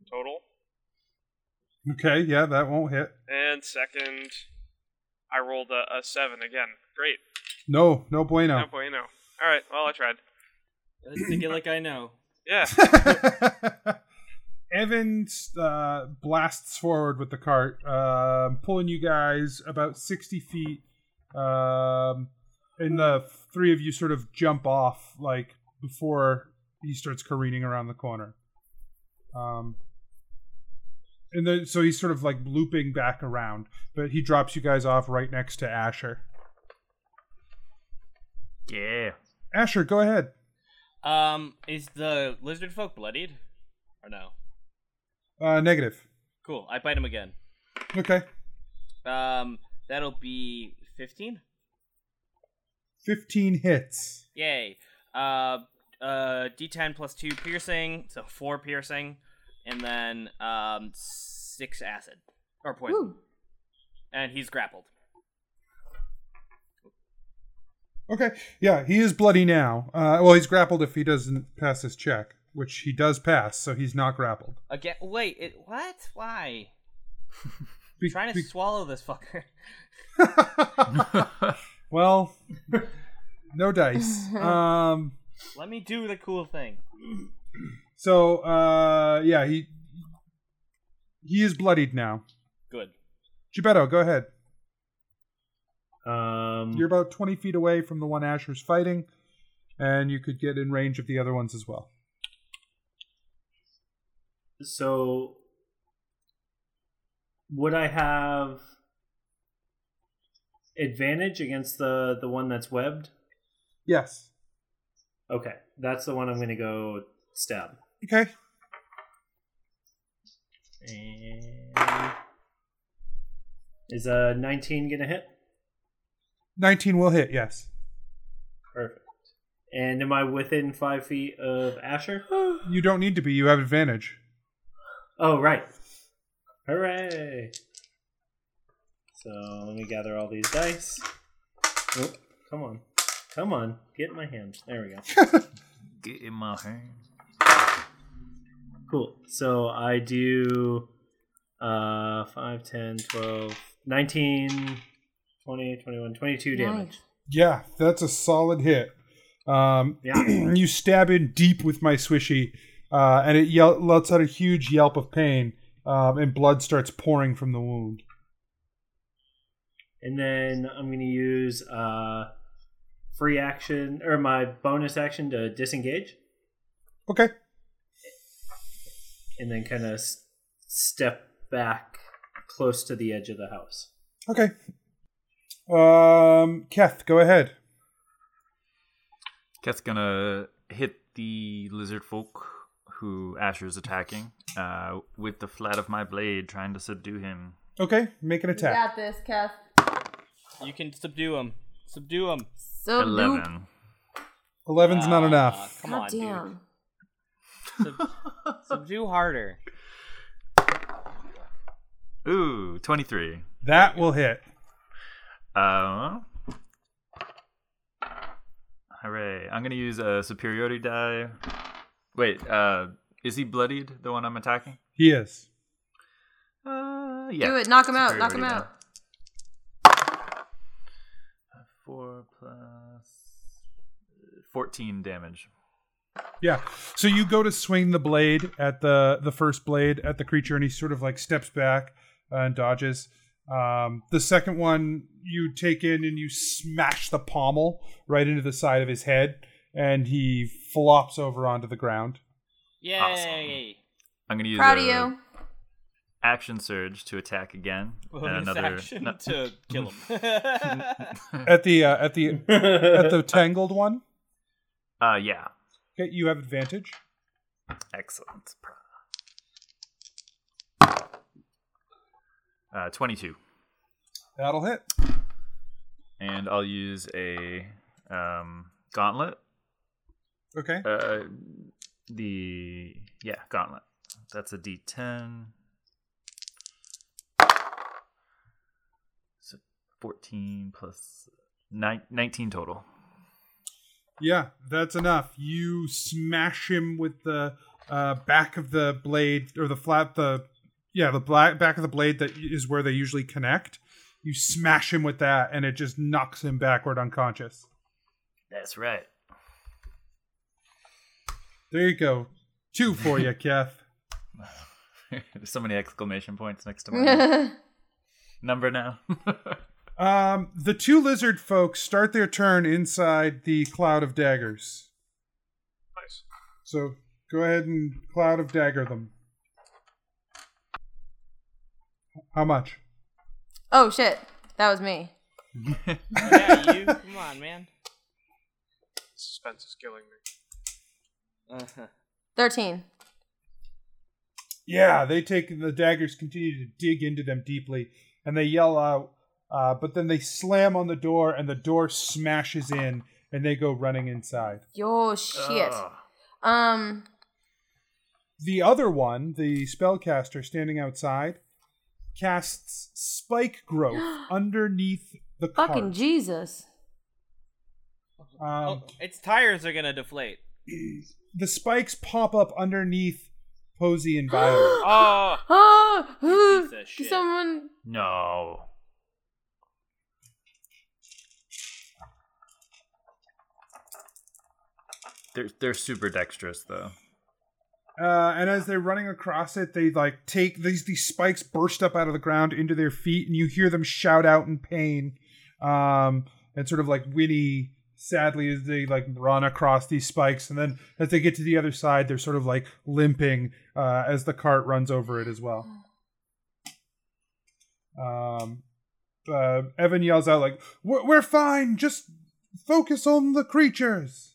total. Okay. Yeah, that won't hit. And second, I rolled a, a 7 again. Great. No. No bueno. No bueno. Alright, well, I tried. Let's think it like I know. Yeah. Evan uh, blasts forward with the cart, um, pulling you guys about 60 feet. Um, and the three of you sort of jump off, like, before he starts careening around the corner. Um, and then, so he's sort of like looping back around, but he drops you guys off right next to Asher. Yeah. Asher, go ahead. Um, is the lizard folk bloodied? Or no? Uh, negative. Cool. I bite him again. Okay. Um, that'll be fifteen. 15 hits. Yay. Uh, uh, D10 plus two piercing, so four piercing, and then um six acid or poison. And he's grappled. Okay. Yeah, he is bloody now. Uh, well, he's grappled if he doesn't pass his check, which he does pass, so he's not grappled. Again, wait, it, what? Why? Be- trying to be- swallow this fucker. well, no dice. Um, Let me do the cool thing. so, uh, yeah, he he is bloodied now. Good. Gebetto, go ahead. Um, You're about 20 feet away from the one Asher's fighting, and you could get in range of the other ones as well. So would I have advantage against the the one that's webbed? Yes. Okay, that's the one I'm going to go stab. Okay. And is a 19 going to hit? 19 will hit, yes. Perfect. And am I within five feet of Asher? You don't need to be, you have advantage. Oh, right. Hooray! So let me gather all these dice. Oh, come on. Come on. Get in my hand. There we go. Get in my hand. cool. So I do uh, 5, 10, 12, 19, 20, 21, 22 damage. Yeah, that's a solid hit. Um, you stab in deep with my swishy, uh, and it yel- lets out a huge yelp of pain, um, and blood starts pouring from the wound. And then I'm going to use uh, free action or my bonus action to disengage. Okay. And then kind of s- step back close to the edge of the house. Okay. Um, Keth, go ahead. Keth's gonna hit the lizard folk who Asher's attacking uh, with the flat of my blade, trying to subdue him. Okay, make an attack. Got this, Kath. You can subdue him. Subdue him. So Eleven. Eleven's not Ah, enough. Come on, dude. Sub- subdue harder. Ooh, twenty-three. That will hit. Uh, hooray! I'm gonna use a superiority die. Wait, uh, is he bloodied? The one I'm attacking? He is. Uh, Uh, yeah. Do it. Knock him It's a out. great Knock way him to out. Uh, Four plus fourteen damage. Yeah. So you go to swing the blade at the the first blade at the creature, and he sort of like steps back uh, and dodges. Um, the second one you take in and you smash the pommel right into the side of his head, and he flops over onto the ground. Yay! I'm gonna use Proud a of you. action surge to attack again. and Bonus another action no- to kill him. At the uh, at the at the tangled one, Uh, yeah. okay, you have advantage. Excellent. Uh, twenty-two, That'll hit. and I'll use a um, gauntlet. Okay. Uh, the yeah gauntlet. That's a D10. So fourteen plus nine, 19 total. Yeah, that's enough. You smash him with the uh, back of the blade or the flat the yeah the black back of the blade that is where they usually connect. You smash him with that, and it just knocks him backward unconscious. That's right. There you go, two for you, Keth. There's so many exclamation points next to my number now. Um, the two lizard folks start their turn inside the cloud of daggers. Nice. So go ahead and cloud of dagger them. How much? Oh shit, that was me. yeah, you. Come on, man. Suspense is killing me. Uh-huh. Thirteen. Yeah, they take the daggers, continue to dig into them deeply, and they yell out. Uh, but then they slam on the door, and the door smashes in, and they go running inside. Yo shit. Ugh. Um. The other one, the spellcaster standing outside, casts spike growth underneath the Fucking cart. Jesus. Um, Oh, its tires are gonna deflate. the spikes pop up underneath Posey and Violet. Oh, Oh, Piece of shit. someone. no. They're they're super dexterous though. Uh, and as they're running across it, they like take these these spikes burst up out of the ground into their feet, and you hear them shout out in pain, um, and sort of like whinny sadly as they like run across these spikes. And then as they get to the other side, they're sort of like limping uh, as the cart runs over it as well. Um, uh, Evan yells out like, "We're, we're fine. Just focus on the creatures."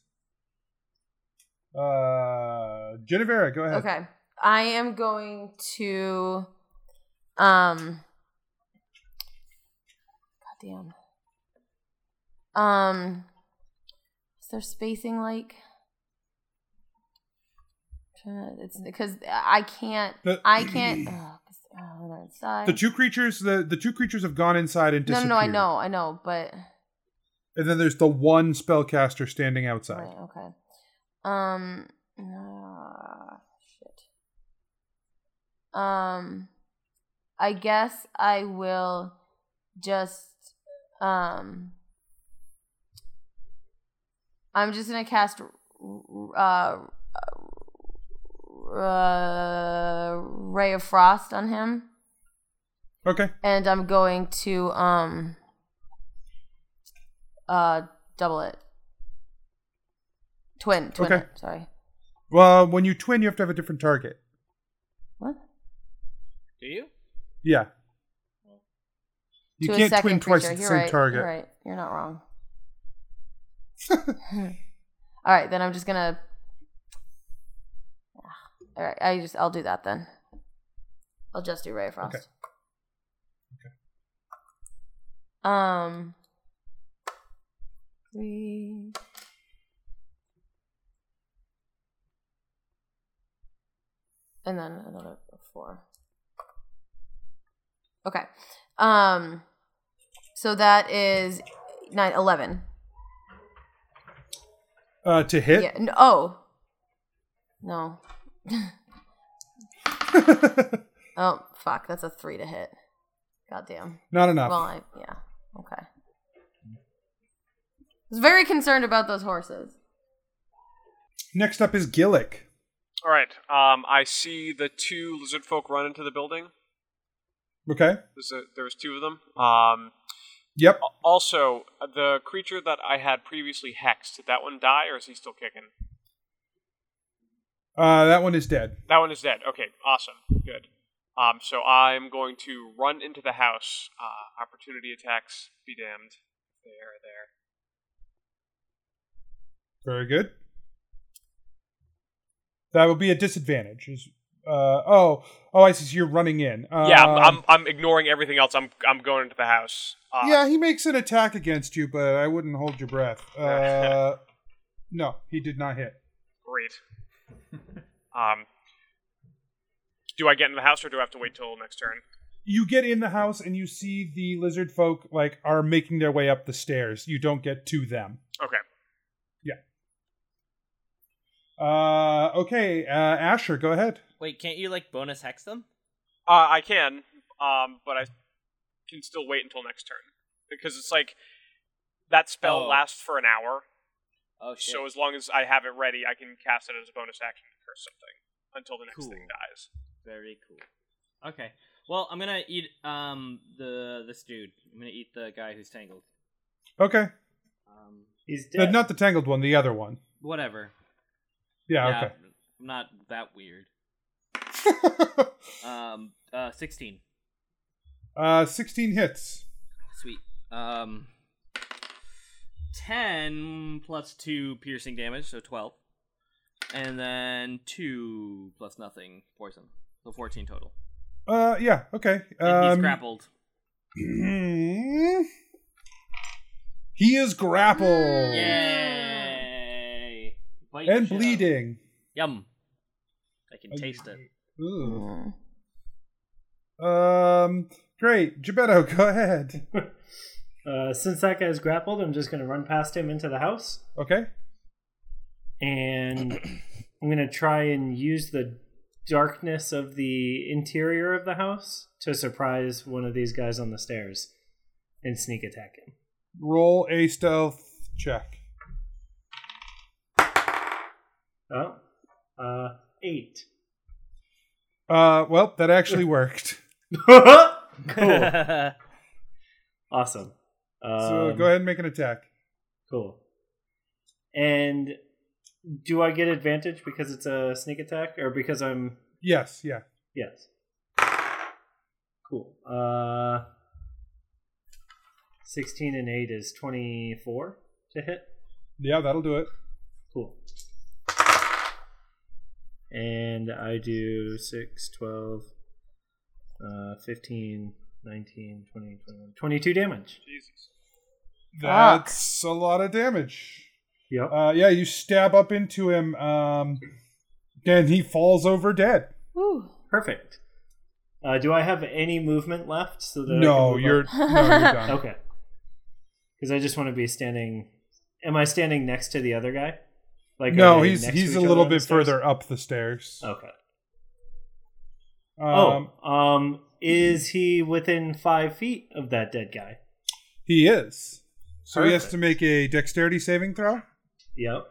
Uh, Genevera, go ahead. Okay, I am going to. Um. Goddamn. Um. Is there spacing like? Tryna- It's because I can't. The- I can't. Oh, oh, that's The side. two creatures, the the two creatures have gone inside and No, no, disappeared. no, I know, I know, but And then there's the one spellcaster standing outside. right, okay. Um, ah, shit. Um, I guess I will just um. I'm just gonna cast uh, uh ray of frost on him Oh. Okay. and I'm going to um uh double it. Twin, twin Okay. it. Sorry. Well, when you twin, you have to have a different target. Do you? Yeah. You To a can't second twin twice creature. at the You're same right, target. You're right. You're not wrong. All right, then I'm just gonna. All right, I just I'll do that then. I'll just do Ray of Frost. Okay. Um. Three. And then another four. Okay. Um. So that is nine eleven. Uh, to hit. Yeah. n- oh. No. Oh fuck, that's a three to hit. Goddamn. Not enough. Well, I, yeah. Okay. I was very concerned about those horses. Next up is Gillick. All right. Um, I see the two lizard folk run into the building. Okay. There's, a, there's two of them. Um, Yep. also, the creature that I had previously hexed, did that one die or is he still kicking? Uh, that one is dead. That one is dead. Okay, awesome. Good. Um, so I'm going to run into the house. Uh, opportunity attacks, be damned. They are there. Very good. That would be a disadvantage. Is uh oh oh I see. So you're running in. Uh, yeah, I'm, I'm, I'm ignoring everything else. I'm, I'm going into the house. Uh, yeah, he makes an attack against you, but I wouldn't hold your breath. Uh, no, he did not hit. Great. um, do I get in the house or do I have to wait till next turn? You get in the house and you see the lizard folk like are making their way up the stairs. You don't get to them. Okay. Uh, okay, uh, Asher, go ahead. Wait, can't you like bonus hex them? Uh, I can, um, but I can still wait until next turn because it's like that spell Oh. lasts for an hour. Oh shit. So as long as I have it ready, I can cast it as a bonus action to curse something until the next thing Cool. dies. Very cool. Okay. Well, I'm gonna eat um the this dude. I'm gonna eat the guy who's tangled. Okay, Um, He's Uh, not the tangled one, the other one. whatever. Yeah, okay. I'm not that weird. um, uh, sixteen. Uh, sixteen hits. Sweet. Um, ten plus two piercing damage, so twelve, and then two plus nothing poison, so fourteen total. Uh, yeah, okay. And he's um, grappled. He is grappled Yay! Bite and shit out. bleeding. Yum. I can taste it. Ooh. Um, great, Gebetto, go ahead. Uh, since that guy's grappled, I'm just going to run past him into the house, okay, and I'm going to try and use the darkness of the interior of the house to surprise one of these guys on the stairs and sneak attack him. roll a stealth check. Oh, uh, eight. Uh, well, that actually worked. cool. Awesome. So Um, go ahead and make an attack. Cool. And do I get advantage because it's a sneak attack or because I'm Yes, yeah. yes. Cool. Uh 16 and 8 is 24 to hit. Yeah, that'll do it. Cool. And I do 6 12 uh 15 19 20 21 22 damage. Jesus. That's a lot of damage. Yep. Uh, yeah, you stab up into him, um, and he falls over dead. Woo. Perfect. Uh, do I have any movement left? So that I No, can move you're, up? no, you're done. okay. Because I just want to be standing. Am I standing next to the other guy? Like are no, they he's next to he's each a other little on the bit stairs? further up the stairs. Okay. Um, oh, um, is he within five feet of that dead guy? he is. So he has Perfect. to make a dexterity saving throw, Yep.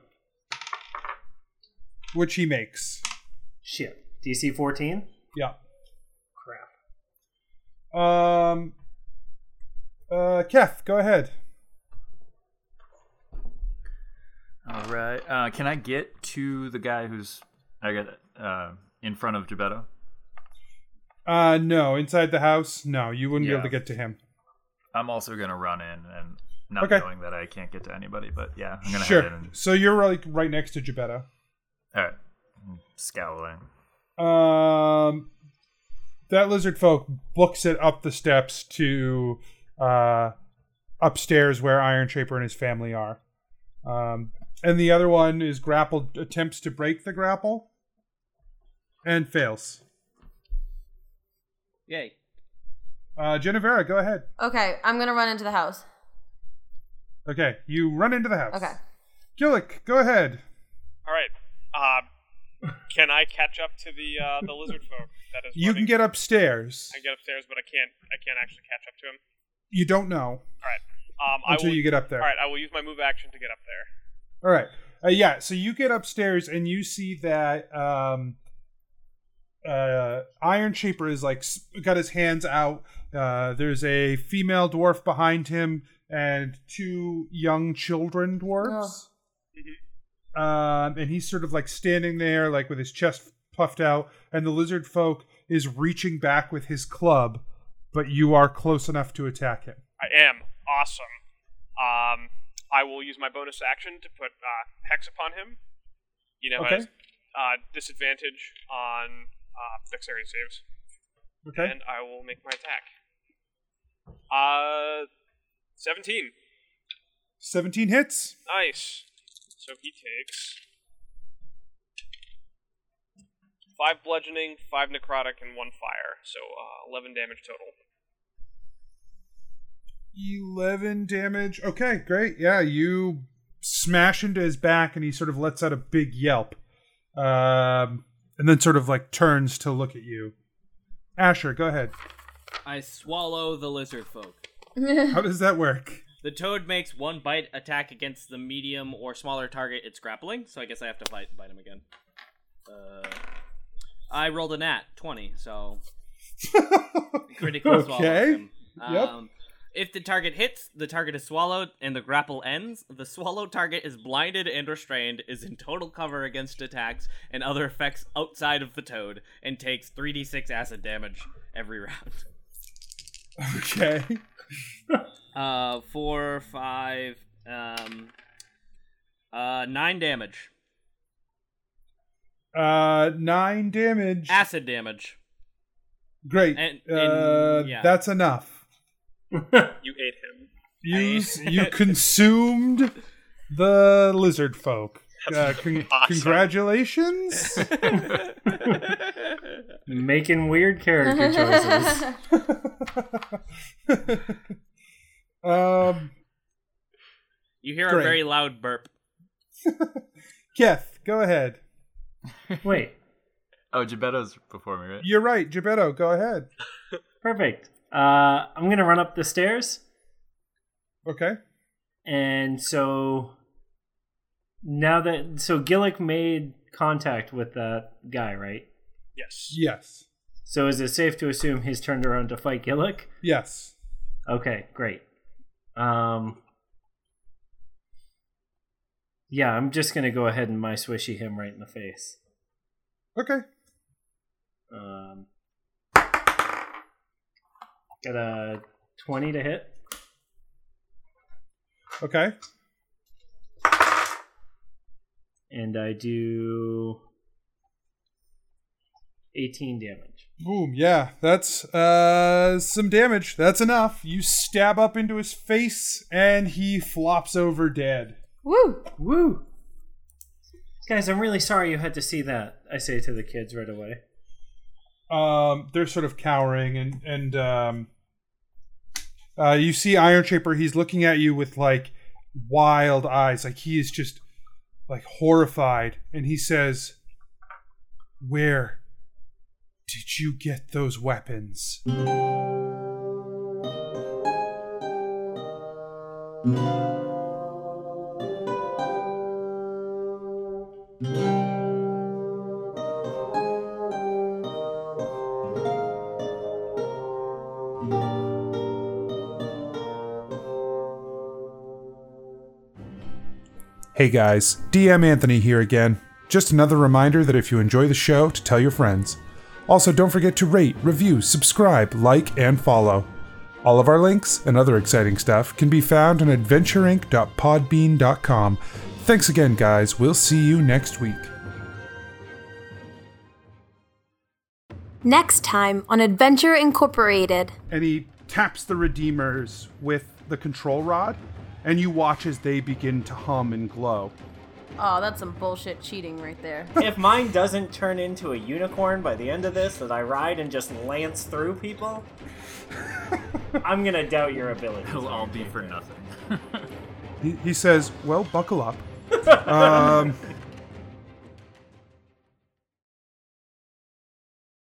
which he makes. Shit. DC fourteen. Yeah. Crap. Um. Uh, Kef, go ahead. All right. Uh, can I get to the guy who's I got uh, in front of Gebetto? Uh, no, inside the house, no, you wouldn't be Yeah. able to get to him. I'm also gonna run in and not Okay. knowing that I can't get to anybody, but yeah, I'm gonna head in. Sure. And, So you're like right next to Gebetto. all right. I'm scowling. Um, that lizard folk books it up the steps to uh, upstairs where Iron Shaper and his family are. Um, and the other one is grappled, attempts to break the grapple and fails. Yay. Uh, Genevera, go ahead. Okay, I'm gonna run into the house. Okay, you run into the house. Okay. Gillick, go ahead. All right. Um, Can I catch up to the uh, the lizard folk? That is You can running? get upstairs. I get upstairs, but I can't. I can't actually catch up to him. You don't know. All right. Um, Until I will, you get up there. All right. I will use my move action to get up there. All right. Uh, yeah. So you get upstairs and you see that um, uh, Iron Shaper is like s- got his hands out. Uh, there's a female dwarf behind him and two young children dwarfs. Um, and he's sort of like standing there, like with his chest puffed out, and the lizard folk is reaching back with his club, but you are close enough to attack him. I am awesome. Um, I will use my bonus action to put uh, hex upon him. You know, Okay. has uh, disadvantage on uh, dexterity saves. Okay. And I will make my attack. Uh, seventeen. 17 hits. Nice. So he takes five bludgeoning, five necrotic, and one fire. So uh, eleven damage total. 11 damage. Okay, great. Yeah, you smash into his back and he sort of lets out a big yelp. Um, and then sort of like turns to look at you. Asher, go ahead. I swallow the lizard folk. How does that work? The toad makes one bite attack against the medium or smaller target it's grappling, so I guess I have to fight bite him again. Uh, I rolled a nat twenty, so critical swallow. Okay. him. Yep. Um, if the target hits, the target is swallowed and the grapple ends. The swallow target is blinded and restrained, is in total cover against attacks and other effects outside of the toad, and takes 3d6 acid damage every round. Okay. Uh, four, five, um, uh, nine damage. Uh, nine damage. Acid damage. Great. And- uh, and- yeah. That's enough. You ate him. You, s- you consumed the lizard folk. Uh, con- awesome. Congratulations. Making weird character choices. um, You hear a Great. very loud burp. Keth, go ahead. Wait. Oh, Gebetto's before me, right? You're right, Gebetto, go ahead. Perfect. Uh, I'm gonna run up the stairs. Okay. And so now that so Gillick made contact with that guy, right? Yes. Yes. So is it safe to assume he's turned around to fight Gillick? Yes. Okay, great. Um Yeah, I'm just gonna go ahead and my swishy him right in the face. Okay. Um Got a twenty to hit. Okay. and I do 18 damage. Boom. Yeah, that's uh some damage. That's enough. You stab up into his face and he flops over dead. Woo! Woo! Guys, I'm really sorry you had to see that, I say to the kids right away. Um they're sort of cowering and and um uh you see Iron Shaper, he's looking at you with like wild eyes. Like he is just like horrified and he says, "Where did you get those weapons?" Hey guys, DM Anthony here again. Just another reminder that if you enjoy the show, to tell your friends. Also, don't forget to rate, review, subscribe, like, and follow. All of our links and other exciting stuff can be found on adventureinc.podbean.com. Thanks again, guys. We'll see you next week. Next time on Adventure Incorporated. and he taps the redeemers with the control rod and you watch as they begin to hum and glow Oh, that's some bullshit cheating right there. if mine doesn't turn into a unicorn by the end of this that I ride and just lance through people, I'm gonna doubt your ability. It'll all be for nothing. he, he says well buckle up um,